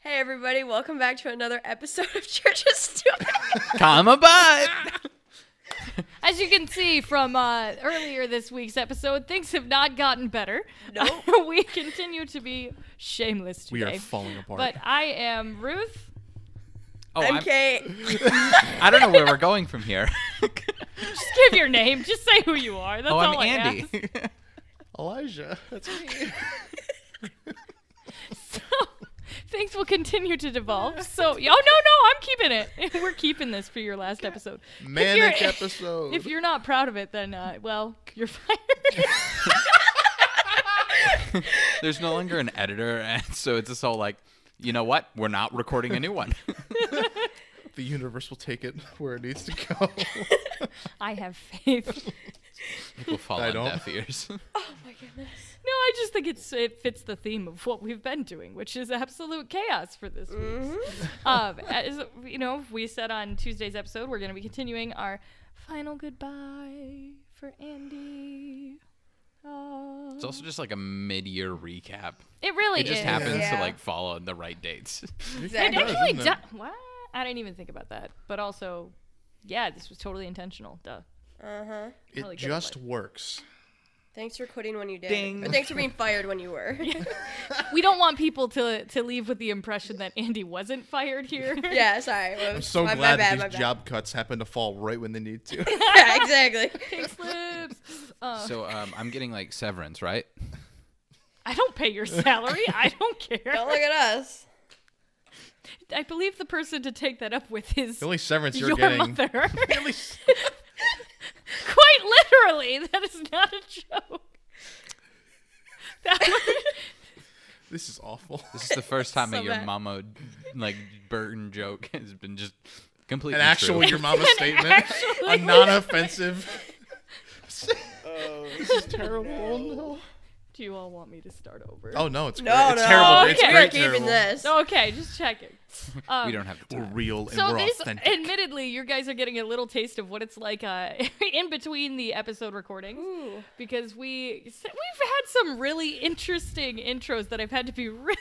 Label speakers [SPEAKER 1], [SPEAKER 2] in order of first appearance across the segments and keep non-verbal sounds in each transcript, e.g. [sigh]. [SPEAKER 1] Hey everybody, welcome back to another episode of [laughs] Church of
[SPEAKER 2] [laughs]
[SPEAKER 1] Stupid.
[SPEAKER 3] comma but [laughs]
[SPEAKER 4] As you can see from uh, earlier this week's episode, things have not gotten better.
[SPEAKER 1] Nope.
[SPEAKER 4] [laughs] we continue to be shameless
[SPEAKER 3] we
[SPEAKER 4] today.
[SPEAKER 3] are falling apart
[SPEAKER 4] But I am Ruth.
[SPEAKER 3] oh
[SPEAKER 1] I'm
[SPEAKER 3] I'm,
[SPEAKER 1] Kate.
[SPEAKER 2] [laughs]
[SPEAKER 3] i do not know where we're going from [laughs] here
[SPEAKER 4] Just give your name. Just say who you are. That's
[SPEAKER 3] oh i'm
[SPEAKER 4] all I
[SPEAKER 3] andy
[SPEAKER 4] ask. [laughs]
[SPEAKER 2] Elijah. That's me.
[SPEAKER 4] So, things will continue to devolve. So, oh no, no, I'm keeping it. [laughs] We're keeping this for your last episode.
[SPEAKER 2] Manic
[SPEAKER 4] you're-
[SPEAKER 2] episode.
[SPEAKER 4] If you're not proud of it, then uh, well, you're fired.
[SPEAKER 3] [laughs]
[SPEAKER 4] [laughs]
[SPEAKER 3] there's no longer an editor and so it's just all like you know what we're not recording a new one
[SPEAKER 2] the universe will take it [laughs] where it needs to go.
[SPEAKER 4] I have faith.
[SPEAKER 3] [laughs] we'll fall
[SPEAKER 2] I
[SPEAKER 3] on
[SPEAKER 2] don't.
[SPEAKER 3] deaf ears [laughs]
[SPEAKER 1] Oh my goodness.
[SPEAKER 4] No, I just think it's it fits the theme of what we've been doing, which is absolute chaos for this week. Um, as you know, we said on Tuesday's episode, we're going to be continuing our final goodbye for Andy. Oh.
[SPEAKER 3] it's also just like a mid-year recap
[SPEAKER 4] It really
[SPEAKER 3] it just
[SPEAKER 4] is.
[SPEAKER 3] happens
[SPEAKER 1] Yeah.
[SPEAKER 3] to like follow the right dates
[SPEAKER 4] It
[SPEAKER 1] Exactly.
[SPEAKER 2] does,
[SPEAKER 4] actually
[SPEAKER 2] doesn't
[SPEAKER 4] does.
[SPEAKER 2] it?
[SPEAKER 4] What? I didn't even think about that. But also, yeah, this was totally intentional. Duh.
[SPEAKER 1] Uh-huh.
[SPEAKER 2] It
[SPEAKER 4] Probably good
[SPEAKER 2] just works.
[SPEAKER 1] Thanks for quitting when you did.
[SPEAKER 3] Ding.
[SPEAKER 1] Or thanks for being fired when you
[SPEAKER 2] [laughs]
[SPEAKER 1] were. [laughs]
[SPEAKER 4] We don't want people to to leave with the impression that Andy wasn't fired here.
[SPEAKER 1] yeah, sorry. Well,
[SPEAKER 2] I'm so
[SPEAKER 1] my,
[SPEAKER 2] glad
[SPEAKER 1] my bad,
[SPEAKER 2] that
[SPEAKER 1] my
[SPEAKER 2] these
[SPEAKER 1] bad.
[SPEAKER 2] job cuts happen to fall right when they need
[SPEAKER 1] [laughs]
[SPEAKER 2] to.
[SPEAKER 1] yeah, exactly.
[SPEAKER 4] Pink slips. Uh,
[SPEAKER 3] [laughs] so um, i'm getting like severance right
[SPEAKER 4] I don't pay your salary. I don't care.
[SPEAKER 1] Don't look at us.
[SPEAKER 4] I believe the person to take that up with is
[SPEAKER 2] the
[SPEAKER 4] [laughs]
[SPEAKER 2] only severance you're
[SPEAKER 4] your
[SPEAKER 2] getting. [laughs]
[SPEAKER 4] mother. [laughs]
[SPEAKER 2] At least-
[SPEAKER 4] Quite literally, that is not a joke. [laughs] That was-
[SPEAKER 2] this is awful.
[SPEAKER 3] this is [laughs] the first time
[SPEAKER 1] So
[SPEAKER 3] that your
[SPEAKER 1] bad.
[SPEAKER 3] mama like burton joke has been just completely
[SPEAKER 2] An actual
[SPEAKER 3] true.
[SPEAKER 2] your mama statement.
[SPEAKER 4] actually- [laughs]
[SPEAKER 2] A non-offensive. this is terrible. Oh no.
[SPEAKER 4] Do you all want me to start over?
[SPEAKER 2] Oh no, it's
[SPEAKER 1] No,
[SPEAKER 2] great. It's
[SPEAKER 1] no.
[SPEAKER 2] terrible. It's
[SPEAKER 4] Okay.
[SPEAKER 2] great.
[SPEAKER 1] Keeping
[SPEAKER 2] Terrible.
[SPEAKER 1] this.
[SPEAKER 4] Okay, just
[SPEAKER 2] [laughs]
[SPEAKER 4] checking. Um,
[SPEAKER 3] we don't [laughs] have the
[SPEAKER 2] We're
[SPEAKER 3] time.
[SPEAKER 2] real and
[SPEAKER 4] So
[SPEAKER 2] we're
[SPEAKER 4] this,
[SPEAKER 2] authentic.
[SPEAKER 4] admittedly, you guys are getting a little taste of what it's like uh, [laughs] in between the episode recordings
[SPEAKER 1] Ooh.
[SPEAKER 4] because we s- we've had some really interesting intros that I've had to be [laughs] really,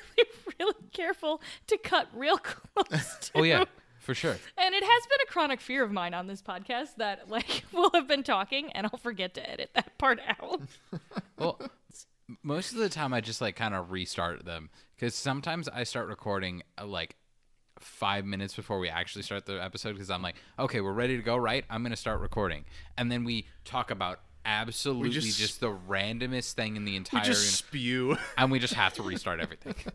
[SPEAKER 4] really careful to cut real [laughs] close to.
[SPEAKER 3] oh yeah for sure
[SPEAKER 4] And it has been a chronic fear of mine on this podcast that like [laughs] we'll have been talking and I'll forget to edit that part
[SPEAKER 3] [laughs]
[SPEAKER 4] out.
[SPEAKER 3] Well, m- most of the time I just like kind of restart them because sometimes I start recording uh, like five minutes before we actually start the episode because I'm like, okay, we're ready to go, right? I'm gonna start recording, and then we talk about absolutely just,
[SPEAKER 2] just-
[SPEAKER 3] the randomest thing in the entire,
[SPEAKER 2] we just spew.
[SPEAKER 3] and we just have to restart
[SPEAKER 2] [laughs]
[SPEAKER 3] everything. [laughs]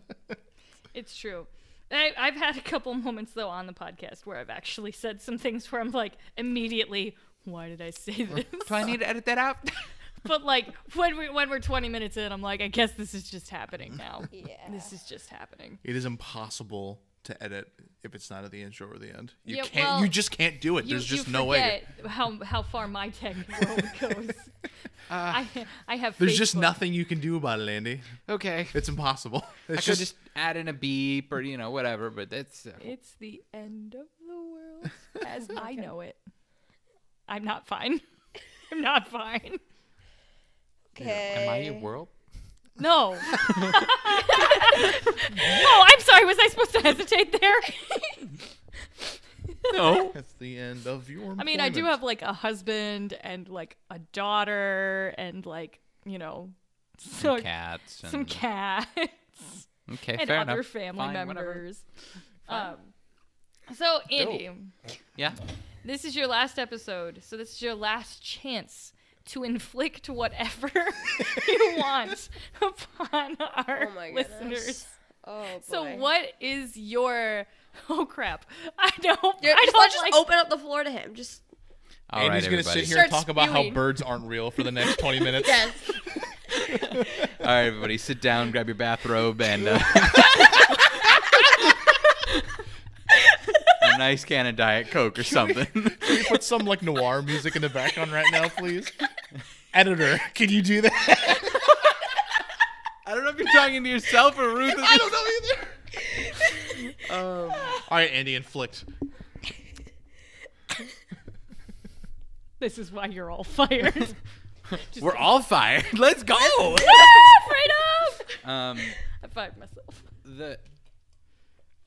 [SPEAKER 4] It's true. I, I've had a couple moments though on the podcast where I've actually said some things where I'm like immediately, why did I say this?
[SPEAKER 3] Do I need to edit that out?
[SPEAKER 4] [laughs] but like when we when we're 20 minutes in, I'm like, I guess this is just happening now.
[SPEAKER 1] Yeah.
[SPEAKER 4] This is just happening.
[SPEAKER 2] It is impossible to edit if it's not at the intro or the end. You
[SPEAKER 4] Yeah,
[SPEAKER 2] can't.
[SPEAKER 4] well,
[SPEAKER 2] you just can't do it.
[SPEAKER 4] You-
[SPEAKER 2] There's
[SPEAKER 4] you
[SPEAKER 2] just no way.
[SPEAKER 4] forget How how far my tech [laughs] world
[SPEAKER 2] [laughs]
[SPEAKER 4] goes. I I have.
[SPEAKER 2] Ah. There's just
[SPEAKER 4] Facebook.
[SPEAKER 2] nothing you can do about it, Andy.
[SPEAKER 3] okay. [laughs]
[SPEAKER 2] It's impossible.
[SPEAKER 3] I
[SPEAKER 2] It's
[SPEAKER 3] could
[SPEAKER 2] just,
[SPEAKER 3] just add in a beep or you know whatever, but that's uh,
[SPEAKER 4] It's the end of the world [laughs] as I know it. I'm not fine. [laughs] I'm not fine.
[SPEAKER 1] Okay.
[SPEAKER 3] am I your
[SPEAKER 4] [laughs]
[SPEAKER 3] world?
[SPEAKER 4] No. oh, I'm sorry. Was I supposed to hesitate there?
[SPEAKER 3] No.
[SPEAKER 2] that's the end of your.
[SPEAKER 4] I mean, I do have like a husband and like a daughter and like, you know, so,
[SPEAKER 3] Cats. And,
[SPEAKER 4] some cats [laughs]
[SPEAKER 3] Okay.
[SPEAKER 4] and
[SPEAKER 3] fair
[SPEAKER 4] other
[SPEAKER 3] enough.
[SPEAKER 4] family
[SPEAKER 3] Fine, whatever.
[SPEAKER 4] members. Um, so, Andy.
[SPEAKER 3] Yeah.
[SPEAKER 4] This is your last episode, so this is your last chance to inflict whatever [laughs] you want upon our
[SPEAKER 1] Oh my goodness.
[SPEAKER 4] listeners.
[SPEAKER 1] Oh boy.
[SPEAKER 4] So what is your oh crap? I don't
[SPEAKER 1] Dude,
[SPEAKER 4] I
[SPEAKER 1] just,
[SPEAKER 4] don't
[SPEAKER 1] let's just
[SPEAKER 4] like
[SPEAKER 1] open up the floor to him.
[SPEAKER 2] [laughs]
[SPEAKER 1] Just
[SPEAKER 3] All right,
[SPEAKER 2] Andy's gonna
[SPEAKER 3] everybody.
[SPEAKER 2] sit here and
[SPEAKER 4] Start
[SPEAKER 2] talk about how
[SPEAKER 4] spewing.
[SPEAKER 2] birds aren't real
[SPEAKER 4] [laughs]
[SPEAKER 2] for the next 20 minutes. [laughs]
[SPEAKER 1] yes.
[SPEAKER 3] All right, everybody, sit down, grab your bathrobe, and uh, a nice can of Diet Coke or something.
[SPEAKER 2] Can we put some like noir music in the background right now, please? Editor, can you do that? [laughs]
[SPEAKER 3] I don't know if you're talking to yourself or Ruth.
[SPEAKER 2] I don't know either. um, all right, Andy, inflict.
[SPEAKER 4] this is why you're all fired. [laughs] Just
[SPEAKER 3] We're all fired. Let's go.
[SPEAKER 4] Ah, freedom!
[SPEAKER 3] Um,
[SPEAKER 4] I fired myself.
[SPEAKER 3] the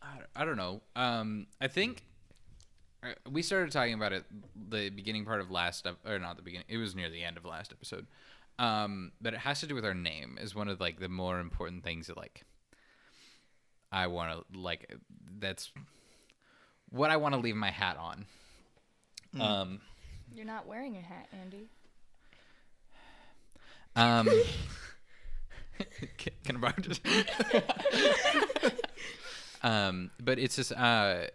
[SPEAKER 3] I don't- I don't know. Um, I think uh, we started talking about it the beginning part of last ep- or not the beginning. It was near the end of last episode. Um, but it has to do with our name is one of like the more important things that like I want to like that's what I want to leave my hat on. Um,
[SPEAKER 4] You're not wearing a hat, Andy.
[SPEAKER 3] um, [laughs] can, can I borrow just? [laughs] um, but it's just uh,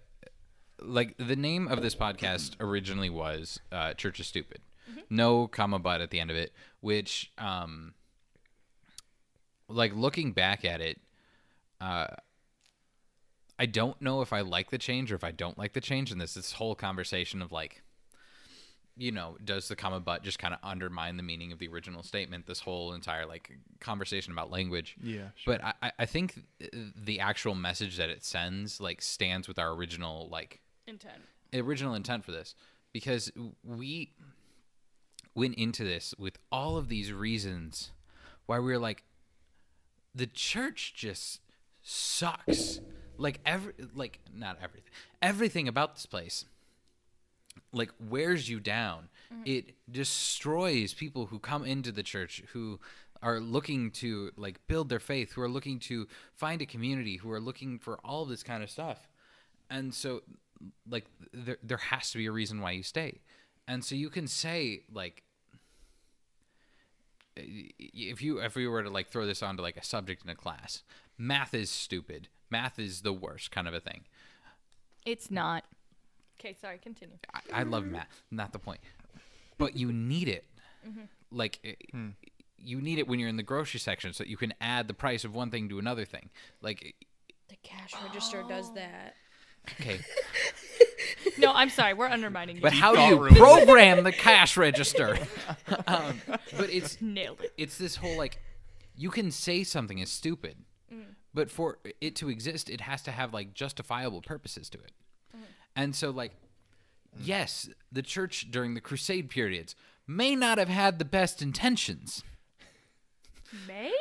[SPEAKER 3] like the name of this podcast originally was uh, Church is Stupid. No comma but at the end of it, which um, like looking back at it, uh, I don't know if I like the change or if I don't like the change. And this this whole conversation of like, you know, does the comma but just kind of undermine the meaning of the original statement? This whole entire like conversation about language.
[SPEAKER 2] Yeah,
[SPEAKER 3] But I- I, I think the actual message that it sends like stands with our original like
[SPEAKER 4] Intent.
[SPEAKER 3] original intent for this because we went into this with all of these reasons why we were like the church just sucks like every like not everything everything about this place like wears you down it destroys people who come into the church who are looking to like build their faith who are looking to find a community who are looking for all of this kind of stuff and so like there, there has to be a reason why you stay and so you can say like eh, if you if we were to like throw this onto like a subject in a class math is stupid math is the worst kind of a thing
[SPEAKER 4] It's not. Okay, sorry, continue.
[SPEAKER 3] I, I love math. Not the point. But you need it. Like, it- you need it when you're in the grocery section so that you can add the price of one thing to another thing. Like, eh,
[SPEAKER 1] The cash
[SPEAKER 4] Oh.
[SPEAKER 1] register does that.
[SPEAKER 3] okay.
[SPEAKER 4] No, I'm sorry, we're undermining you.
[SPEAKER 3] But how do
[SPEAKER 2] thought
[SPEAKER 3] you
[SPEAKER 2] ruined it.
[SPEAKER 3] program the cash register? [laughs] um, but it's
[SPEAKER 4] Nailed it.
[SPEAKER 3] it's this whole like you can say something is stupid but for it to exist it has to have like justifiable purposes to it and so like yes the church during the crusade periods may not have had the best intentions
[SPEAKER 4] May?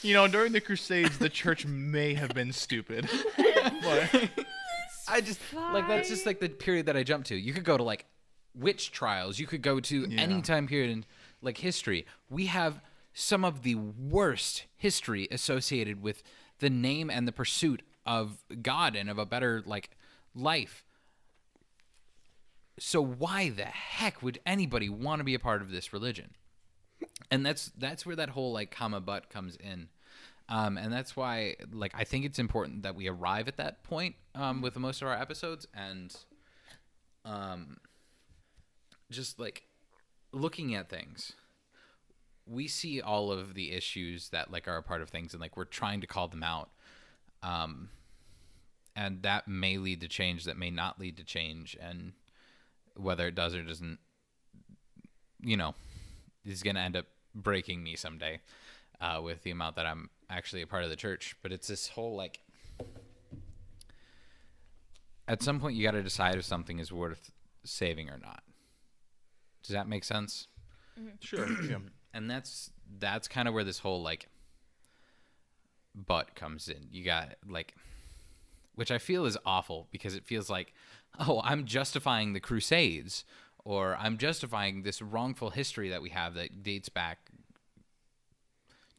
[SPEAKER 2] you know, during the Crusades, the church may have been stupid. but
[SPEAKER 3] i just like that's just like the period that i jumped to you could go to like witch trials you could go to any
[SPEAKER 2] Yeah.
[SPEAKER 3] time period in like history we have some of the worst history associated with the name and the pursuit of god and of a better like life so why the heck would anybody want to be a part of this religion and that's that's where that whole like comma but comes in um, and that's why like i think it's important that we arrive at that point um, with most of our episodes and um, just like looking at things we see all of the issues that like are a part of things and like we're trying to call them out um, and that may lead to change that may not lead to change and whether it does or doesn't you know is going to end up breaking me someday uh, with the amount that I'm actually a part of the church. But it's this whole like, at some point, you got to decide if something is worth saving or not. Does that make sense?
[SPEAKER 2] sure, yeah.
[SPEAKER 3] And that's that's kind of where this whole like but comes in. You got like which I feel is awful because it feels like, oh, I'm justifying the Crusades or I'm justifying this wrongful history that we have that dates back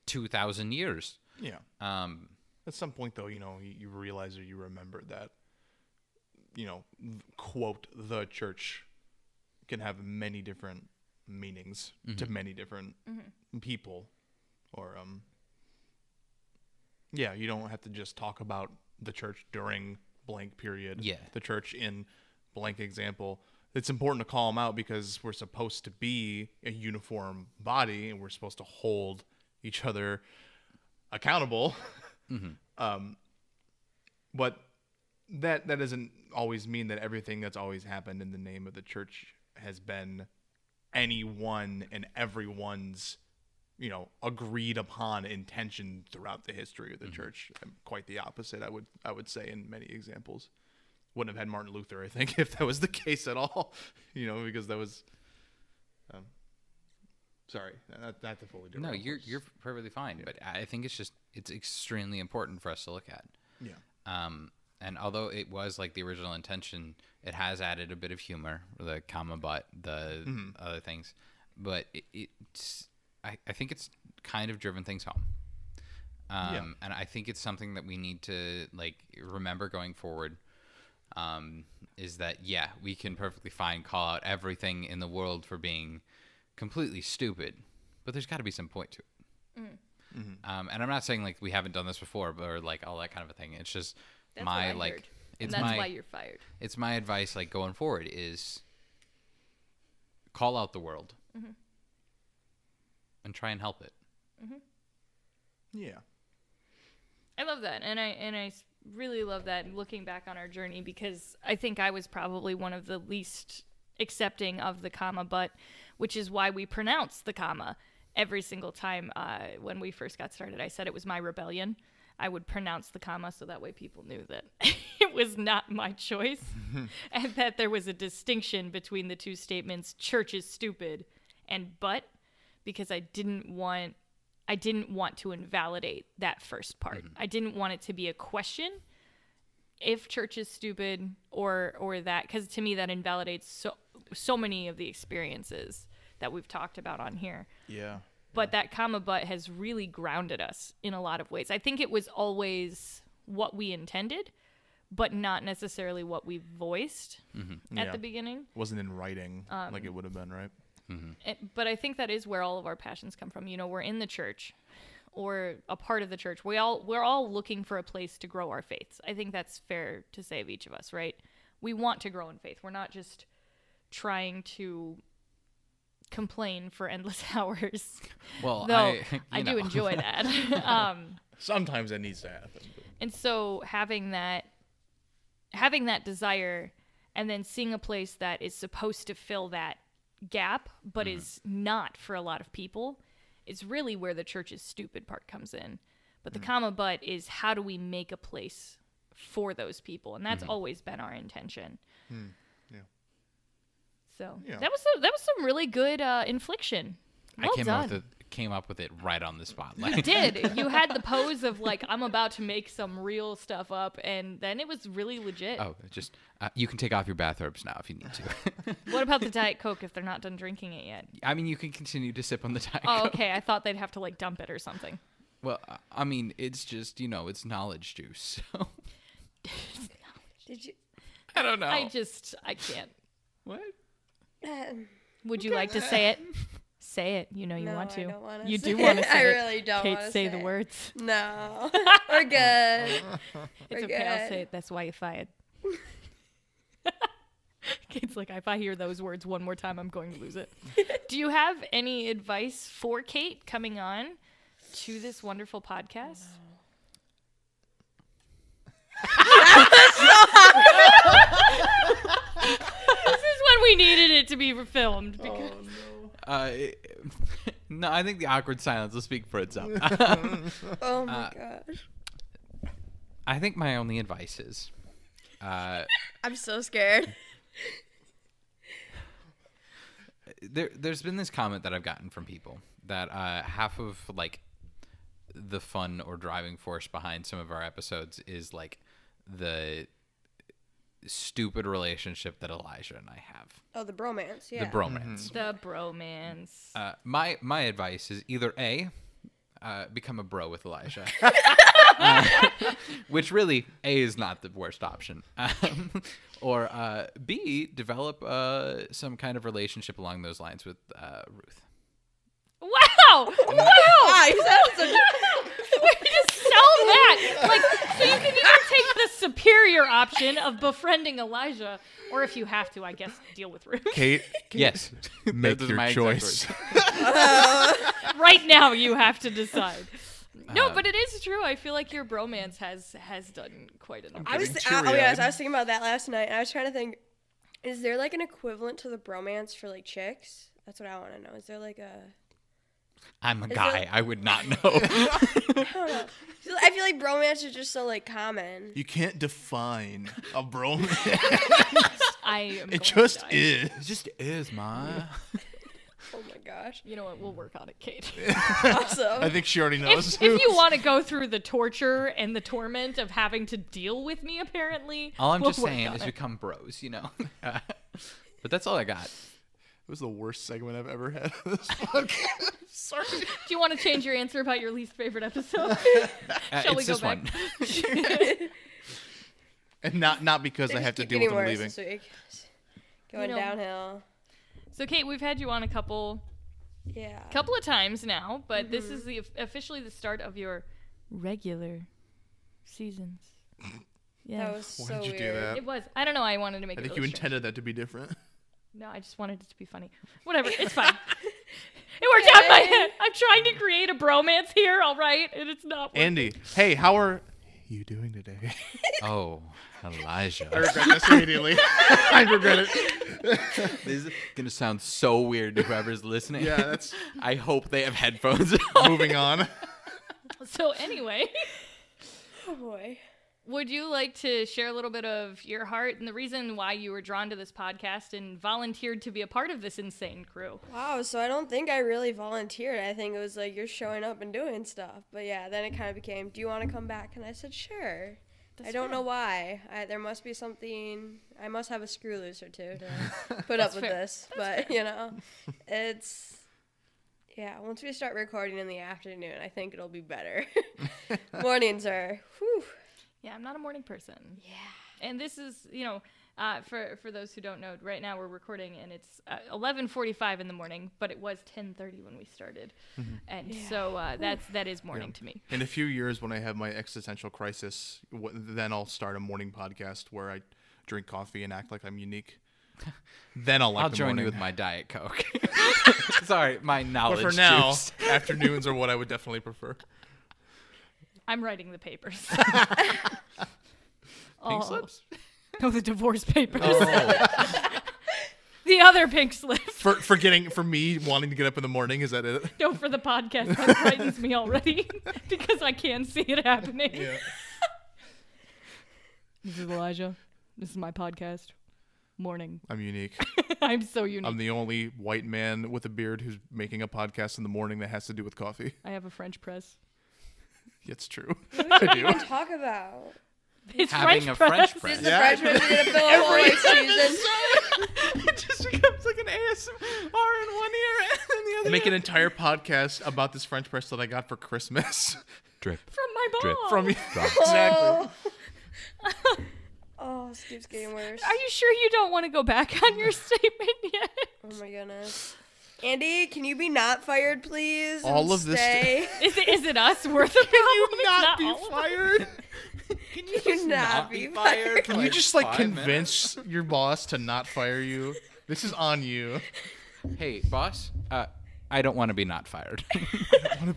[SPEAKER 3] 2,000 years.
[SPEAKER 2] yeah.
[SPEAKER 3] Um,
[SPEAKER 2] At some point, though, you know, you, you realize or you remember that, you know, th- quote the church can have many different meanings to many different people, or um, yeah, you don't have to just talk about the church during blank period.
[SPEAKER 3] Yeah.
[SPEAKER 2] the church in blank example. It's important to call them out because we're supposed to be a uniform body and we're supposed to hold each other accountable. [laughs] Um, but that that doesn't always mean that everything that's always happened in the name of the church has been anyone and everyone's you know agreed upon intention throughout the history
[SPEAKER 3] Mm-hmm.
[SPEAKER 2] of the church. Quite the opposite, I would I would say in many examples. Wouldn't have had Martin Luther, I think, [laughs] if that was the case at all. [laughs] You know, because that was. Um, sorry, not, not to fully.
[SPEAKER 3] no,
[SPEAKER 2] derail,
[SPEAKER 3] you're
[SPEAKER 2] just-
[SPEAKER 3] you're perfectly fine, but I think it's just it's extremely important for us to look at.
[SPEAKER 2] Yeah.
[SPEAKER 3] Um, and although it was like the original intention, it has added a bit of humor, the comma but, the other things. But it, it's, I, I think it's kind of driven things home. Um, And I think it's something that we need to like remember going forward. Um, is that yeah, we can perfectly fine call out everything in the world for being completely stupid, but there's got to be some point to it.
[SPEAKER 4] Mm.
[SPEAKER 3] Um, and I'm not saying like we haven't done this before, but or like all that kind of a thing. It's just
[SPEAKER 1] That's what
[SPEAKER 3] my
[SPEAKER 1] I
[SPEAKER 3] like
[SPEAKER 1] heard.
[SPEAKER 3] it's
[SPEAKER 4] and that's
[SPEAKER 3] my
[SPEAKER 4] why you're fired.
[SPEAKER 3] it's my advice like going forward is call out the world
[SPEAKER 4] Mm-hmm.
[SPEAKER 3] and try and help it.
[SPEAKER 2] Yeah.
[SPEAKER 4] I love that, and I and I s- really love that. Looking back on our journey, because I think I was probably one of the least accepting of the comma, but which is why we pronounce the comma every single time. Uh, when we first got started, I said it was my rebellion. I would pronounce the comma so that way people knew that [laughs] it was not
[SPEAKER 3] [laughs]
[SPEAKER 4] my choice, and that there was a distinction between the two statements: "Church is stupid," and "but," because I didn't want I didn't want to invalidate that first part.
[SPEAKER 2] Mm-hmm.
[SPEAKER 4] I didn't want it to be a question if church is stupid or or that cuz to me that invalidates so so many of the experiences that we've talked about on here.
[SPEAKER 2] Yeah.
[SPEAKER 4] But that comma but has really grounded us in a lot of ways. I think it was always what we intended but not necessarily what we voiced at
[SPEAKER 2] Mm-hmm. Yeah.
[SPEAKER 4] the beginning.
[SPEAKER 2] Wasn't in writing
[SPEAKER 3] Um,
[SPEAKER 2] like it would have been, right?
[SPEAKER 4] it, Eh, but I think that is where all of our passions come from. You know, we're in the church or a part of the church. We all we're all looking for a place to grow our faiths. I think that's fair to say of each of us, right? We want to grow in faith. We're not just trying to complain for endless [laughs] hours.
[SPEAKER 3] Well,
[SPEAKER 4] Though
[SPEAKER 3] I [laughs]
[SPEAKER 4] I,
[SPEAKER 3] you
[SPEAKER 4] do
[SPEAKER 3] know. [laughs]
[SPEAKER 4] enjoy that. [laughs] um,
[SPEAKER 2] Sometimes that needs to happen. but-
[SPEAKER 4] and so having that having that desire and then seeing a place that is supposed to fill that gap but
[SPEAKER 3] Mm-hmm.
[SPEAKER 4] is not for a lot of people is really where the church's stupid part comes in. But
[SPEAKER 3] Mm.
[SPEAKER 4] the comma but is how do we make a place for those people? And
[SPEAKER 3] Mm-hmm.
[SPEAKER 4] that's always been our intention.
[SPEAKER 3] Hmm.
[SPEAKER 2] yeah.
[SPEAKER 4] So
[SPEAKER 2] Yeah.
[SPEAKER 4] that was some, that was some really good uh, infliction. Well
[SPEAKER 3] I came
[SPEAKER 4] done.
[SPEAKER 3] up with it, came up with it right on the spot. Like,
[SPEAKER 4] [laughs] did. You had the pose of like I'm about to make some real stuff up, and then it was really legit.
[SPEAKER 3] oh, just uh, you can take off your bathrobes now if you
[SPEAKER 4] [laughs]
[SPEAKER 3] need to.
[SPEAKER 4] What about the diet coke if they're not done drinking it yet?
[SPEAKER 3] I mean, you can continue to sip on the Diet
[SPEAKER 4] Oh,
[SPEAKER 3] Coke.
[SPEAKER 4] okay. I thought they'd have to like dump it or something.
[SPEAKER 3] Well, I- I mean, it's just you know, it's knowledge juice. [laughs] So
[SPEAKER 1] Did you? [laughs]
[SPEAKER 3] I don't know.
[SPEAKER 2] Oh.
[SPEAKER 4] I just I can't.
[SPEAKER 3] what?
[SPEAKER 4] Would
[SPEAKER 1] [laughs]
[SPEAKER 4] you like to say it? Say it. You know you
[SPEAKER 1] No,
[SPEAKER 4] want
[SPEAKER 1] I
[SPEAKER 4] to.
[SPEAKER 1] don't wanna
[SPEAKER 4] you
[SPEAKER 1] say
[SPEAKER 4] do want to
[SPEAKER 1] it. [laughs]
[SPEAKER 4] say
[SPEAKER 1] I
[SPEAKER 4] it.
[SPEAKER 1] really don't
[SPEAKER 4] Kate,
[SPEAKER 1] wanna
[SPEAKER 4] say
[SPEAKER 1] say
[SPEAKER 4] the
[SPEAKER 1] it.
[SPEAKER 4] words.
[SPEAKER 1] No,
[SPEAKER 4] [laughs]
[SPEAKER 1] we're
[SPEAKER 2] [laughs]
[SPEAKER 1] good.
[SPEAKER 4] It's
[SPEAKER 1] We're
[SPEAKER 4] okay. I'll
[SPEAKER 1] good.
[SPEAKER 4] say it. That's why you fired. [laughs] Kate's like, if I hear those words one more time, I'm going to lose [laughs] it. Do you have any advice for Kate coming on to this wonderful podcast? [laughs] this is when we needed it to be filmed. Because
[SPEAKER 3] Uh, [laughs] it- no, I think the awkward silence will speak for
[SPEAKER 4] [laughs]
[SPEAKER 3] itself. [laughs]
[SPEAKER 2] Uh,
[SPEAKER 1] Oh my gosh,
[SPEAKER 3] I think my only advice is, uh,
[SPEAKER 1] I'm so scared.
[SPEAKER 3] there, there's been this comment that I've gotten from people that uh, half of like the fun or driving force behind some of our episodes is like the stupid relationship that Elijah and I have,
[SPEAKER 1] Oh, the bromance. Yeah.
[SPEAKER 3] the bromance.
[SPEAKER 4] the bromance.
[SPEAKER 3] Uh, my my advice is either a uh, become a bro with Elijah, Uh, which really a is not the worst option, um, or uh, b develop uh, some kind of relationship along those lines with uh, Ruth.
[SPEAKER 4] Wow!
[SPEAKER 2] Oh.
[SPEAKER 4] Wow!
[SPEAKER 1] Ah, you
[SPEAKER 2] [laughs]
[SPEAKER 1] sound
[SPEAKER 4] Way to sell that! Like, so you can either take the superior option of befriending Elijah, or if you have to, I guess, deal with Ruth. [laughs]
[SPEAKER 2] Kate,
[SPEAKER 3] Yes,
[SPEAKER 2] [laughs] make
[SPEAKER 3] Those are
[SPEAKER 2] your
[SPEAKER 3] my exact
[SPEAKER 2] choice.
[SPEAKER 3] words.
[SPEAKER 4] right now, you have to decide.
[SPEAKER 3] Um,
[SPEAKER 4] No, but it is true. I feel like your bromance has has done quite a number.
[SPEAKER 1] I was. I, oh yes, I was thinking about that last night. and I was trying to think, is there like an equivalent to the bromance for like chicks? That's what I want to know. Is there like a?
[SPEAKER 3] I'm a
[SPEAKER 1] Is
[SPEAKER 3] guy.
[SPEAKER 1] it-
[SPEAKER 3] I would not know. [laughs]
[SPEAKER 1] I don't know. I feel like bromance is just so like common.
[SPEAKER 2] [laughs] You can't define a bromance.
[SPEAKER 4] I am.
[SPEAKER 2] [laughs]
[SPEAKER 4] going
[SPEAKER 2] it
[SPEAKER 4] [laughs]
[SPEAKER 2] just
[SPEAKER 4] to die.
[SPEAKER 2] is.
[SPEAKER 3] it just is, ma.
[SPEAKER 1] Oh my gosh.
[SPEAKER 4] You know what? We'll work on it,
[SPEAKER 3] [laughs]
[SPEAKER 4] Kate.
[SPEAKER 1] [laughs] Awesome.
[SPEAKER 2] [laughs] I think she already knows.
[SPEAKER 4] if, if you
[SPEAKER 2] [laughs] who's-
[SPEAKER 4] want to go through the torture and the torment of having to deal with me, apparently,
[SPEAKER 3] All I'm
[SPEAKER 4] we'll
[SPEAKER 3] just
[SPEAKER 4] work
[SPEAKER 3] saying
[SPEAKER 4] on
[SPEAKER 3] is
[SPEAKER 4] it.
[SPEAKER 3] become bros, you know. [laughs] but that's all I got.
[SPEAKER 2] It was the worst segment I've ever had on this podcast. Sorry.
[SPEAKER 4] do you want to change your answer about your least favorite episode?
[SPEAKER 3] [laughs] Uh,
[SPEAKER 4] Shall
[SPEAKER 3] it's
[SPEAKER 4] we go
[SPEAKER 3] this
[SPEAKER 4] back?
[SPEAKER 3] one.
[SPEAKER 4] [laughs]
[SPEAKER 2] And not not because I
[SPEAKER 1] Just
[SPEAKER 2] have to
[SPEAKER 1] keep
[SPEAKER 2] deal with
[SPEAKER 1] getting
[SPEAKER 2] them
[SPEAKER 1] worse
[SPEAKER 2] leaving.
[SPEAKER 1] this week. Going
[SPEAKER 4] know.
[SPEAKER 1] downhill.
[SPEAKER 4] so, Kate, we've had you on a couple
[SPEAKER 1] Yeah.
[SPEAKER 4] couple of times now, but this is the officially the start of your regular [laughs] seasons. Yeah,
[SPEAKER 1] That was
[SPEAKER 2] Why
[SPEAKER 1] so
[SPEAKER 2] did you do
[SPEAKER 1] weird.
[SPEAKER 2] that?
[SPEAKER 4] it was. I don't know. I wanted to make.
[SPEAKER 2] I
[SPEAKER 4] it
[SPEAKER 2] think you
[SPEAKER 4] really strange.
[SPEAKER 2] intended that to be different.
[SPEAKER 4] No, I just wanted it to be funny. [laughs] Whatever, it's fine. it worked out in my
[SPEAKER 1] Okay.
[SPEAKER 4] head. [laughs] I'm trying to create a bromance here, all right, and it's not. working.
[SPEAKER 2] Andy, hey, how are you doing today?
[SPEAKER 3] [laughs] Oh, Elijah.
[SPEAKER 2] [laughs] I regret this immediately. [laughs] I regret it.
[SPEAKER 3] This is gonna sound so weird to whoever's listening.
[SPEAKER 2] Yeah, that's
[SPEAKER 3] [laughs] I hope they have headphones [laughs] on.
[SPEAKER 2] [laughs] moving on.
[SPEAKER 4] So anyway, [laughs]
[SPEAKER 1] Oh boy.
[SPEAKER 4] would you like to share a little bit of your heart and the reason why you were drawn to this podcast and volunteered to be a part of this insane crew?
[SPEAKER 1] Wow, so I don't think I really volunteered. I think it was like you're showing up and doing stuff. But yeah, then it kind of became, "Do you want to come back?" And I said, "Sure." I don't know why. I, there must be something. I must have a screw loose or two to put up with
[SPEAKER 4] fair.
[SPEAKER 1] this. but you know, it's yeah. Once we start recording in the afternoon, I think it'll be better. Mornings are. Whew.
[SPEAKER 4] Yeah, I'm not a morning person. Yeah. And this is, you know, uh, for for those who don't know, right now we're recording and it's uh, 11:45 in the morning, but it was 10:30 when we started, and so uh, that's that is morning to me.
[SPEAKER 2] In a few years, when I have my existential crisis, wh- then I'll start a morning podcast where I drink coffee and act like I'm unique.
[SPEAKER 3] [laughs]
[SPEAKER 2] Then I'll like
[SPEAKER 3] I'll
[SPEAKER 2] the
[SPEAKER 3] join
[SPEAKER 2] morning.
[SPEAKER 3] you with my diet [laughs] coke. Sorry, my
[SPEAKER 2] But
[SPEAKER 3] knowledge. [laughs]
[SPEAKER 2] for now,
[SPEAKER 3] juice.
[SPEAKER 2] [laughs] afternoons are what I would
[SPEAKER 3] [laughs]
[SPEAKER 2] definitely prefer.
[SPEAKER 4] I'm writing the papers. [laughs] Oh.
[SPEAKER 2] Pink slips.
[SPEAKER 4] No, the divorce papers.
[SPEAKER 3] [laughs] Oh,
[SPEAKER 4] The other pink slip.
[SPEAKER 2] For for getting for me wanting to get up in the morning, is that
[SPEAKER 3] [laughs]
[SPEAKER 2] it?
[SPEAKER 4] [laughs] No, for the podcast, that frightens me already [laughs] because I can see it happening. This is Elijah. This is my podcast. Morning.
[SPEAKER 2] I'm unique.
[SPEAKER 4] [laughs] I'm so unique.
[SPEAKER 2] I'm the only white man with a beard who's making a podcast in the morning that has to do with coffee. [laughs]
[SPEAKER 4] I have a French press.
[SPEAKER 2] It's true. [laughs] I do.
[SPEAKER 1] What talk about?
[SPEAKER 4] It's
[SPEAKER 3] having a French
[SPEAKER 1] This
[SPEAKER 3] press.
[SPEAKER 1] is the
[SPEAKER 2] Yeah.
[SPEAKER 1] freshman we're gonna
[SPEAKER 2] [laughs]
[SPEAKER 1] fill up whole season.
[SPEAKER 3] it [laughs] just becomes like an ASMR in one ear and the
[SPEAKER 2] Make an entire podcast about this French press that I got for Christmas [laughs]
[SPEAKER 3] Drip.
[SPEAKER 4] from my
[SPEAKER 3] Drip.
[SPEAKER 4] ball. [laughs]
[SPEAKER 2] from you.
[SPEAKER 3] Drop.
[SPEAKER 2] [laughs] Exactly.
[SPEAKER 1] Oh, this keeps getting worse.
[SPEAKER 4] Are you sure you don't want to go back on
[SPEAKER 2] [laughs]
[SPEAKER 4] your statement yet?
[SPEAKER 1] Oh my goodness. Andy, can you be not fired, please? and
[SPEAKER 2] All of this-
[SPEAKER 1] stay?
[SPEAKER 2] [laughs]
[SPEAKER 4] Is it, is it us worth the problem? It's
[SPEAKER 3] not be
[SPEAKER 4] all of us.
[SPEAKER 3] fired. Can you
[SPEAKER 1] just not be fired?
[SPEAKER 3] for,
[SPEAKER 2] [laughs] Can you just like
[SPEAKER 3] five minutes?
[SPEAKER 2] convince your boss to not fire you? This is on you.
[SPEAKER 3] Hey, boss. Uh, I don't want to be not fired. [laughs]
[SPEAKER 4] Can-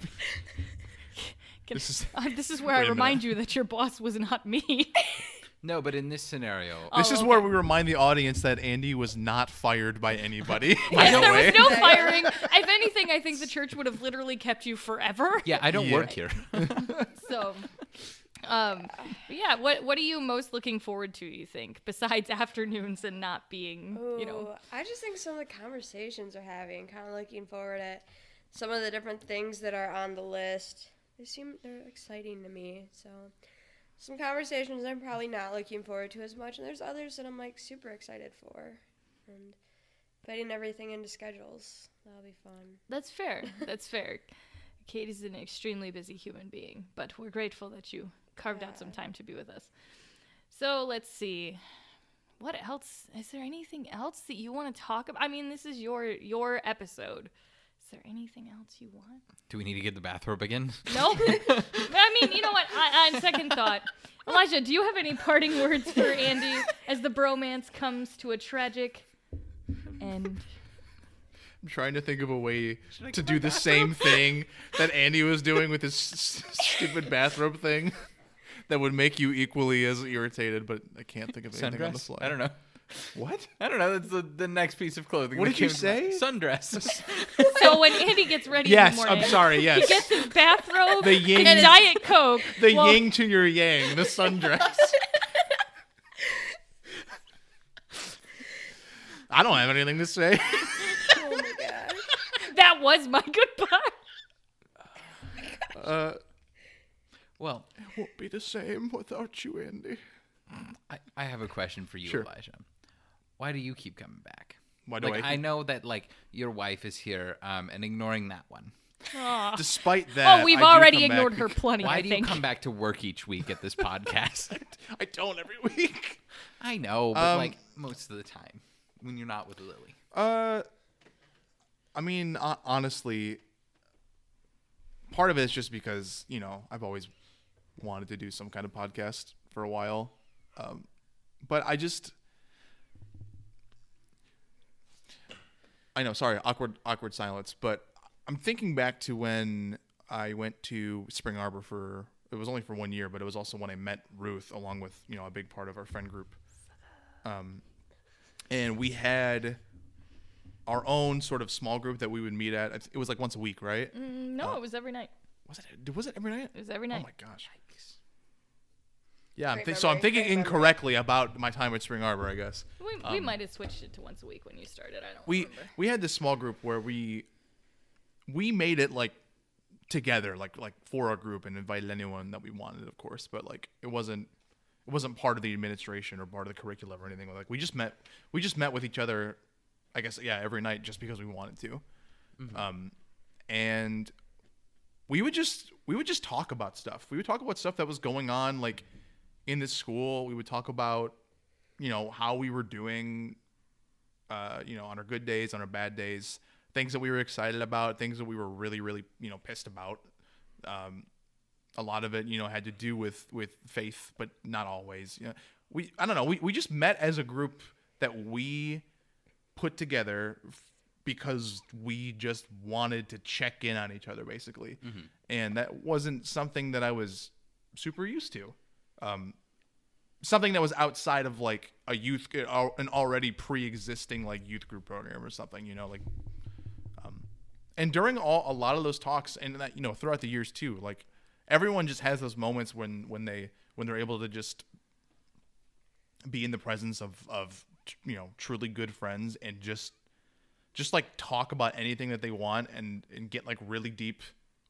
[SPEAKER 2] This is
[SPEAKER 4] Uh, this is
[SPEAKER 2] [laughs]
[SPEAKER 4] where
[SPEAKER 2] Wait
[SPEAKER 4] I
[SPEAKER 2] a
[SPEAKER 4] remind you that your boss was not me. [laughs]
[SPEAKER 3] no, but in this scenario,
[SPEAKER 2] this
[SPEAKER 4] Oh,
[SPEAKER 2] is
[SPEAKER 4] okay.
[SPEAKER 2] where we remind the audience that Andy was not fired by anybody. [laughs] by [laughs]
[SPEAKER 4] Yes,
[SPEAKER 2] the
[SPEAKER 4] there
[SPEAKER 2] way.
[SPEAKER 4] was no firing. If anything, I think the church would have literally kept you forever.
[SPEAKER 3] yeah, I don't
[SPEAKER 2] [laughs] Yeah.
[SPEAKER 3] work here.
[SPEAKER 4] [laughs] So, um, but yeah. What What are you most looking forward to? You think besides afternoons and not
[SPEAKER 1] [laughs]
[SPEAKER 4] being, you know,
[SPEAKER 1] Ooh, I just think some of the conversations we're having, kind of looking forward at some of the different things that are on the list. They seem they're exciting to me. So, some conversations I'm probably not looking forward to as much, and there's others that I'm like super excited for, and fitting everything into schedules. That'll be
[SPEAKER 2] [laughs]
[SPEAKER 1] fun.
[SPEAKER 4] that's fair. That's fair. Katie's an extremely busy human being, but we're grateful that you carved out some time to be with us. So let's see. What else? Is there anything else that you want to talk about? I mean, this is your your episode. Is there anything else you want?
[SPEAKER 3] Do we need to get the bathrobe again?
[SPEAKER 4] No. I mean, you know what? I, on second thought, Elijah, do you have any parting words for Andy as the bromance comes to a tragic end?
[SPEAKER 2] I'm trying to think of a way
[SPEAKER 3] I
[SPEAKER 2] to
[SPEAKER 3] get
[SPEAKER 2] do
[SPEAKER 3] my
[SPEAKER 2] the same thing that Andy was doing with his s- s- stupid bathrobe thing [laughs] that would make you equally as irritated, but I can't think of [laughs] anything on the
[SPEAKER 3] Sundress.
[SPEAKER 2] fly.
[SPEAKER 3] I don't know.
[SPEAKER 2] What?
[SPEAKER 3] I don't know. That's the, the next piece of clothing.
[SPEAKER 2] What
[SPEAKER 3] that
[SPEAKER 2] did you
[SPEAKER 3] came to mind.
[SPEAKER 2] say? [laughs]
[SPEAKER 3] Sundress. [laughs]
[SPEAKER 4] So when Andy gets ready in
[SPEAKER 2] Yes,
[SPEAKER 4] the morning,
[SPEAKER 2] I'm sorry.
[SPEAKER 4] he
[SPEAKER 2] Yes.
[SPEAKER 4] gets his [laughs] bathrobe
[SPEAKER 2] The yin-
[SPEAKER 4] and Diet Coke.
[SPEAKER 2] [laughs] the
[SPEAKER 4] while-
[SPEAKER 2] yin to your yang, the sundress. I don't have anything to say.
[SPEAKER 1] Oh my gosh.
[SPEAKER 4] That that was my [laughs] goodbye.
[SPEAKER 2] Uh,
[SPEAKER 3] Well,
[SPEAKER 2] it won't be the same without you, Andy.
[SPEAKER 3] I, I have a question for you,
[SPEAKER 2] Sure.
[SPEAKER 3] Elijah. Why do you keep coming back?
[SPEAKER 2] Why do
[SPEAKER 3] like,
[SPEAKER 2] I?
[SPEAKER 3] I know that like your wife is here, um, and ignoring that one.
[SPEAKER 4] Aw.
[SPEAKER 2] Despite that,
[SPEAKER 4] Oh, we've
[SPEAKER 2] Uh, I do
[SPEAKER 4] already
[SPEAKER 2] come back
[SPEAKER 4] ignored her
[SPEAKER 2] because-
[SPEAKER 4] plenty.
[SPEAKER 3] Why
[SPEAKER 4] I
[SPEAKER 3] do
[SPEAKER 4] think.
[SPEAKER 3] you come back to work each week at
[SPEAKER 2] [laughs]
[SPEAKER 3] this podcast?
[SPEAKER 2] I don't every week.
[SPEAKER 3] I know, but
[SPEAKER 2] Um,
[SPEAKER 3] like most of the time when you're not with Lily.
[SPEAKER 2] Uh, I mean, ho- honestly, part of it is just because you know I've always wanted to do some kind of podcast for a while, um, but I just. I know, sorry, awkward, awkward silence. But I'm thinking back to when I went to Spring Arbor for it was only for one year, but it was also when I met Ruth, along with you know a big part of our friend group, um, and we had our own sort of small group that we would meet at. I th- It was like once a week, right?
[SPEAKER 4] Mm, No, it was every night.
[SPEAKER 2] Was it? Was it every night?
[SPEAKER 4] It was every
[SPEAKER 2] Oh
[SPEAKER 4] night.
[SPEAKER 2] my gosh. Yeah, I'm
[SPEAKER 1] Great
[SPEAKER 2] thi- so I'm
[SPEAKER 1] memory,
[SPEAKER 2] thinking
[SPEAKER 1] great memory.
[SPEAKER 2] incorrectly about my time at Spring Arbor, I guess.
[SPEAKER 4] we we might have switched it to once a week when you started. I don't
[SPEAKER 2] we
[SPEAKER 4] remember.
[SPEAKER 2] we had this small group where we we made it like together like like for our group and invited anyone that we wanted of course but like it wasn't it wasn't part of the administration or part of the curriculum or anything like we just met we just met with each other i guess yeah every night just because we wanted to um and we would just we would just talk about stuff we would talk about stuff that was going on like in this school we would talk about you know how we were doing uh, you know, on our good days, on our bad days, things that we were excited about, things that we were really, really, you know, pissed about. Um, a lot of it, you know, had to do with with faith, but not always. You know, we I don't know. We we just met as a group that we put together f- because we just wanted to check in on each other, basically. And that wasn't something that I was super used to. Um, something that was outside of like a youth uh, an already pre-existing like youth group program or something you know like um and during all a lot of those talks and that you know throughout the years too like everyone just has those moments when when they when they're able to just be in the presence of of you know truly good friends and just just like talk about anything that they want and and get like really deep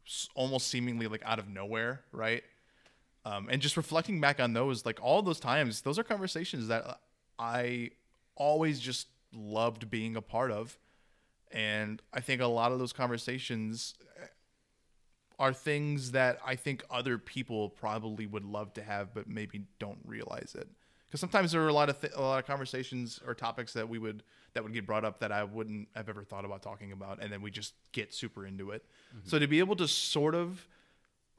[SPEAKER 2] s- almost seemingly like out of nowhere right um, and just reflecting back on those like all those times those are conversations that i always just loved being a part of and i think a lot of those conversations eh, are things that i think other people probably would love to have but maybe don't realize it because sometimes there are a lot of th- a lot of conversations or topics that we would that would get brought up that i wouldn't have ever thought about talking about and then we just get super into it so to be able to sort of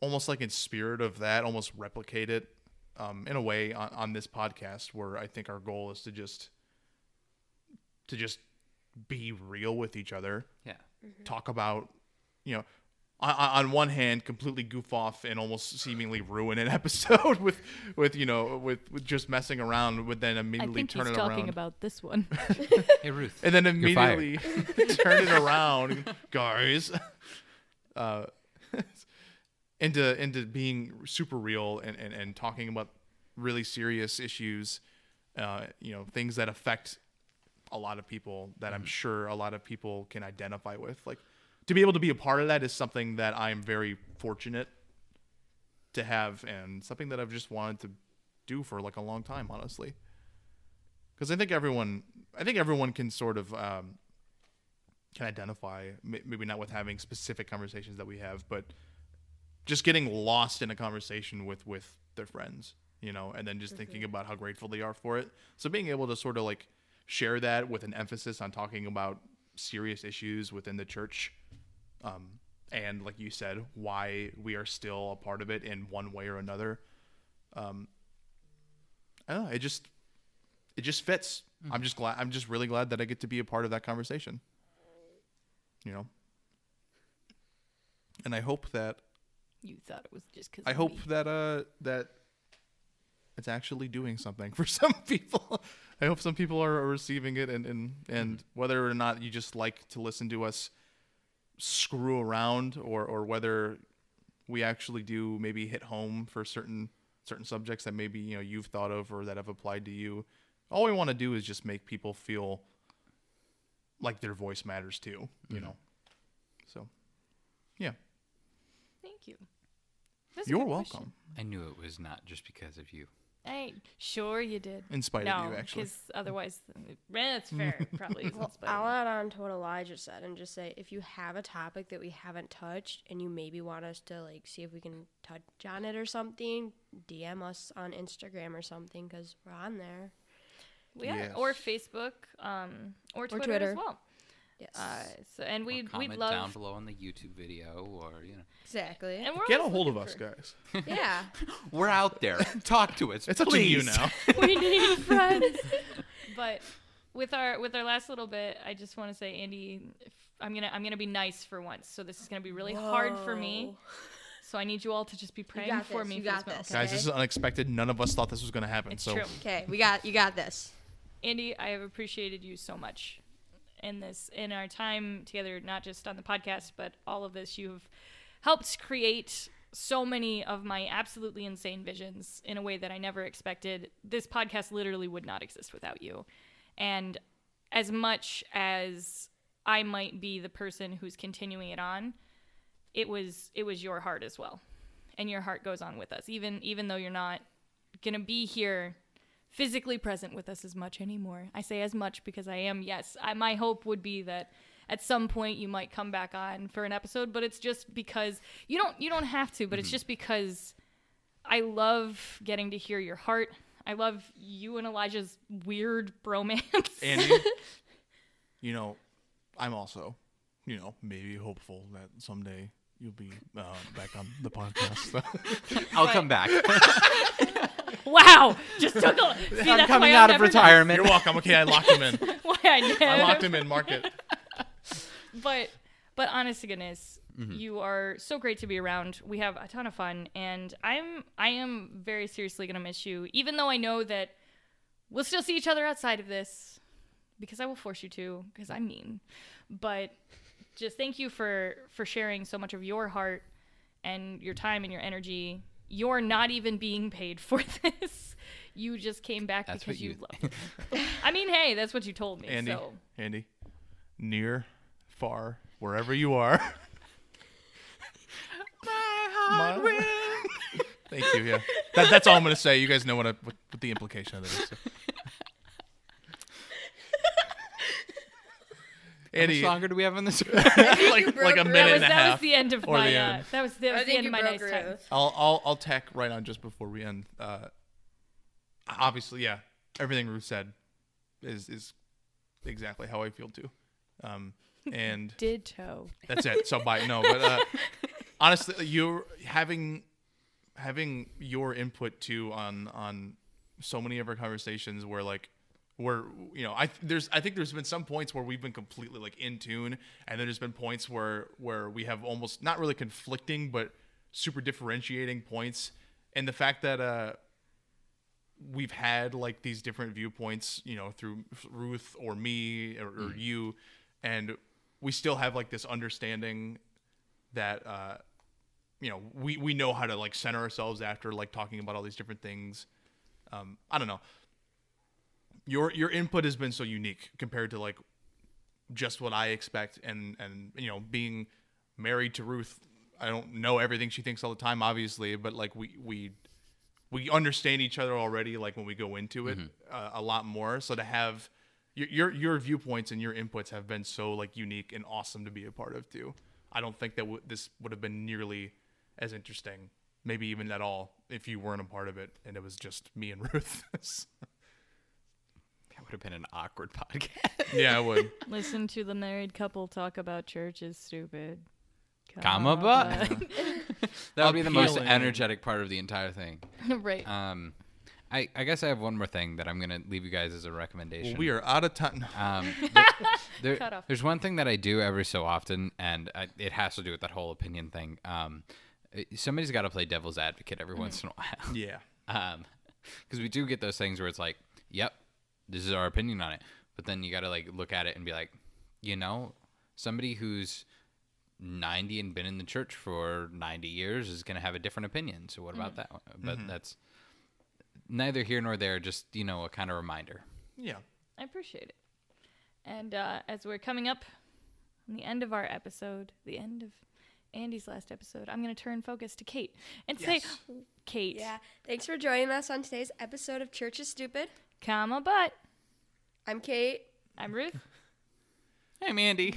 [SPEAKER 2] almost like in spirit of that, almost replicate it um, in a way on, on this podcast, where I think our goal is to just to just be real with each other,
[SPEAKER 4] [laughs]
[SPEAKER 3] Yeah.
[SPEAKER 4] Mm-hmm.
[SPEAKER 2] talk about you know. On, on one hand, completely goof off and almost seemingly ruin an [laughs] episode with, with you know, with, with just messing around, but then
[SPEAKER 4] I
[SPEAKER 2] immediately
[SPEAKER 4] think
[SPEAKER 2] turn
[SPEAKER 4] he's
[SPEAKER 2] it
[SPEAKER 4] talking
[SPEAKER 2] around
[SPEAKER 4] about this
[SPEAKER 2] [laughs]
[SPEAKER 4] one.
[SPEAKER 3] Hey Ruth.
[SPEAKER 2] and then
[SPEAKER 3] You're fired.
[SPEAKER 2] immediately [laughs] turn it around, guys, [laughs] uh, [laughs] into into being super real and, and, and talking about really serious issues, uh, you know, things that affect a lot of people that
[SPEAKER 3] Mm-hmm.
[SPEAKER 2] I'm sure a lot of people can identify with. Like to be able to be a part of that is something that I'm very fortunate to have and something that I've just wanted to do for like a long time, honestly because I think everyone, I think everyone can sort of um, can identify, m- maybe not with having specific conversations that we have, but just getting lost in a conversation with with their friends, you know, and then just thinking about how grateful they are for it. So being able to sort of like share that with an emphasis on talking about serious issues within the church, um, and like you said, why we are still a part of it in one way or another. Um, I don't know. It just it just fits. I'm just glad. I'm just really glad that I get to be a part of that conversation. You know, and I hope that
[SPEAKER 4] you thought it was just because.
[SPEAKER 2] I hope that uh that it's actually doing something for [laughs] some people. I hope some people are are receiving it and and and
[SPEAKER 4] Mm-hmm.
[SPEAKER 2] whether or not you just like to listen to us screw around or or whether we actually do maybe hit home for certain certain subjects that maybe you know you've thought of or that have applied to you. All we want to
[SPEAKER 4] Mm-hmm.
[SPEAKER 2] do is just make people feel like their voice matters too, you know. So, yeah,
[SPEAKER 4] Thank you. That's a
[SPEAKER 2] you're
[SPEAKER 4] good
[SPEAKER 2] welcome.
[SPEAKER 4] question.
[SPEAKER 3] I knew it was not just because of you.
[SPEAKER 4] Hey, sure you did.
[SPEAKER 2] In spite
[SPEAKER 4] no,
[SPEAKER 2] of you, actually.
[SPEAKER 4] because otherwise,
[SPEAKER 2] [laughs]
[SPEAKER 4] that's fair. Probably is in spite of
[SPEAKER 1] I'll
[SPEAKER 4] me.
[SPEAKER 1] add on to what Elijah said and just say if you have a topic that we haven't touched and you maybe want us to like see if we can touch on it or something, DM us on Instagram or something because we're on there.
[SPEAKER 4] We are,
[SPEAKER 2] Yes.
[SPEAKER 4] uh, or Facebook, um, or Twitter,
[SPEAKER 1] Twitter.
[SPEAKER 4] as well.
[SPEAKER 1] Yes,
[SPEAKER 4] Uh, so, and we
[SPEAKER 3] Or
[SPEAKER 4] we
[SPEAKER 3] comment down
[SPEAKER 4] love,
[SPEAKER 3] below on the YouTube video, or you know,
[SPEAKER 1] exactly.
[SPEAKER 4] and we're
[SPEAKER 2] Get a
[SPEAKER 4] always
[SPEAKER 2] hold of
[SPEAKER 4] looking
[SPEAKER 2] us,
[SPEAKER 4] for-
[SPEAKER 2] guys.
[SPEAKER 1] [laughs] yeah,
[SPEAKER 3] we're out [laughs] there. Talk to us.
[SPEAKER 2] It's up to you
[SPEAKER 3] please.
[SPEAKER 2] now.
[SPEAKER 4] we [laughs] need friends. but with our with our last little bit, I just want to say, Andy, if- I'm gonna I'm gonna be nice for once. So this is gonna be really hard for me. So I need you all to just be praying
[SPEAKER 1] got
[SPEAKER 4] for
[SPEAKER 1] this,
[SPEAKER 4] me.
[SPEAKER 1] you
[SPEAKER 4] for
[SPEAKER 1] got
[SPEAKER 4] this moment.
[SPEAKER 1] this.
[SPEAKER 2] [laughs] Guys, this is unexpected. None of us thought this was going to happen.
[SPEAKER 4] It's
[SPEAKER 2] so,
[SPEAKER 4] true.
[SPEAKER 1] Okay, we got you got this.
[SPEAKER 4] Andy, I have appreciated you so much in this in our time together, not just on the podcast, but all of this. You've helped create so many of my absolutely insane visions in a way that I never expected. This podcast literally would not exist without you. And as much as I might be the person who's continuing it on, it was it was your heart as well. And your heart goes on with us even even though you're not going to be here physically present with us as much anymore. I say as much because I am, yes. I, my hope would be that at some point you might come back on for an episode, but it's just because you don't you don't have to, but
[SPEAKER 3] Mm-hmm.
[SPEAKER 4] it's just because I love getting to hear your heart. I love you and Elijah's weird [laughs] bromance. [laughs]
[SPEAKER 2] Andy, you know, I'm also, you know, maybe hopeful that someday you'll be uh, back on the podcast. [laughs]
[SPEAKER 3] I'll come back.
[SPEAKER 4] wow, just took
[SPEAKER 3] [laughs]
[SPEAKER 4] a see, that's why
[SPEAKER 3] I'm coming
[SPEAKER 4] I'll
[SPEAKER 3] out of
[SPEAKER 4] never know
[SPEAKER 3] retirement.
[SPEAKER 2] You're welcome. Okay, I locked him in.
[SPEAKER 4] Why I, never,
[SPEAKER 2] I locked him in.
[SPEAKER 4] [laughs]
[SPEAKER 2] Mark it.
[SPEAKER 4] but but honest to goodness
[SPEAKER 3] Mm-hmm.
[SPEAKER 4] you are so great to be around we have a ton of fun and i'm i am very seriously gonna miss you even though i know that we'll still see each other outside of this because i will force you to because i'm mean but just thank you for for sharing so much of your heart and your time and your energy you're not even being paid for [laughs] this you just came back
[SPEAKER 3] That's
[SPEAKER 4] because
[SPEAKER 3] what you-
[SPEAKER 4] you,
[SPEAKER 3] [laughs]
[SPEAKER 4] loved it i mean hey that's what you told me
[SPEAKER 2] Andy,
[SPEAKER 4] so
[SPEAKER 2] Andy, near, far, wherever you are. [laughs] My Thank you. Yeah, that, that's all I'm gonna say. You guys know what, I, what, what the implication of
[SPEAKER 4] [laughs]
[SPEAKER 2] that is. so.
[SPEAKER 3] How much
[SPEAKER 2] Andy,
[SPEAKER 3] longer do we have on [laughs] this?
[SPEAKER 2] [laughs] like, like a
[SPEAKER 1] broke
[SPEAKER 2] minute
[SPEAKER 4] that was,
[SPEAKER 2] and a
[SPEAKER 4] that
[SPEAKER 2] half.
[SPEAKER 4] was the end of
[SPEAKER 2] or
[SPEAKER 4] my
[SPEAKER 2] the
[SPEAKER 4] uh,
[SPEAKER 2] end.
[SPEAKER 4] that was that was the end of my nice time.
[SPEAKER 2] I'll, I'll I'll tack right on just before we end. Uh, obviously, yeah, everything Ruth said is is exactly how I feel too.
[SPEAKER 4] [laughs]
[SPEAKER 2] Um, and
[SPEAKER 4] Ditto.
[SPEAKER 2] that's it. So bye. No,
[SPEAKER 4] [laughs]
[SPEAKER 2] but uh, honestly, you're having having your input too on on so many of our conversations where like where you know I there's I think there's been some points where we've been completely like in tune, and then there's been points where where we have almost not really conflicting but super differentiating points, and the fact that uh we've had like these different viewpoints, you know, through Ruth or me or, or you, and we still have like this understanding that uh, you know we we know how to like center ourselves after like talking about all these different things. Um, I don't know. Your your input has been so unique compared to like just what I expect, and and you know being married to Ruth, I don't know everything she thinks all the time, obviously, but like we we we understand each other already like when we go into it uh, a lot more so to have your, your your viewpoints and your inputs have been so like unique and awesome to be a part of too i don't think that w- this would have been nearly as interesting maybe even at all if you weren't a part of it and it was just me and [laughs] ruth
[SPEAKER 3] That would have been an awkward podcast.
[SPEAKER 2] yeah i would
[SPEAKER 4] Listen to the married couple talk about church is stupid.
[SPEAKER 3] Comma [laughs] but that would be the most
[SPEAKER 2] Appealing.
[SPEAKER 3] energetic part of the entire thing.
[SPEAKER 4] right.
[SPEAKER 2] Uh.
[SPEAKER 3] Um, I I guess I have one more thing that I'm gonna leave you guys as a recommendation.
[SPEAKER 2] we are out of time [laughs] No.
[SPEAKER 3] [laughs] Um, there- there-
[SPEAKER 4] Cut off.
[SPEAKER 3] There's one thing that I do every so often, and I, it has to do with that whole opinion thing. Um, eh, somebody's got to play devil's advocate
[SPEAKER 4] Mm-hmm.
[SPEAKER 3] every once in a while.
[SPEAKER 2] yeah
[SPEAKER 3] um [laughs] because we do get those things where it's like yep this is our opinion on it but then you got to like look at it and be like you know somebody who's 90 and been in the church for 90 years is going to have a different opinion so what about that one? but that's neither here nor there just you know a kind of reminder
[SPEAKER 2] yeah
[SPEAKER 4] I appreciate it. And uh, as we're coming up on the end of our episode, the end of Andy's last episode, I'm going to turn focus to Kate and
[SPEAKER 2] Yes.
[SPEAKER 4] say, Kate,
[SPEAKER 1] Yeah. Thanks for joining us on today's episode of Church is Stupid.
[SPEAKER 4] comma, but
[SPEAKER 1] I'm Kate.
[SPEAKER 4] I'm Ruth.
[SPEAKER 3] I'm [laughs] Andy.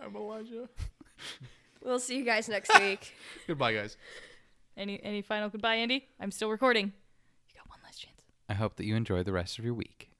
[SPEAKER 2] I'm Elijah.
[SPEAKER 1] We'll see you guys [laughs] next week.
[SPEAKER 2] Goodbye, guys.
[SPEAKER 4] Any any final goodbye, Andy? I'm still recording. You got one last chance.
[SPEAKER 3] I hope that you enjoy the rest of your week.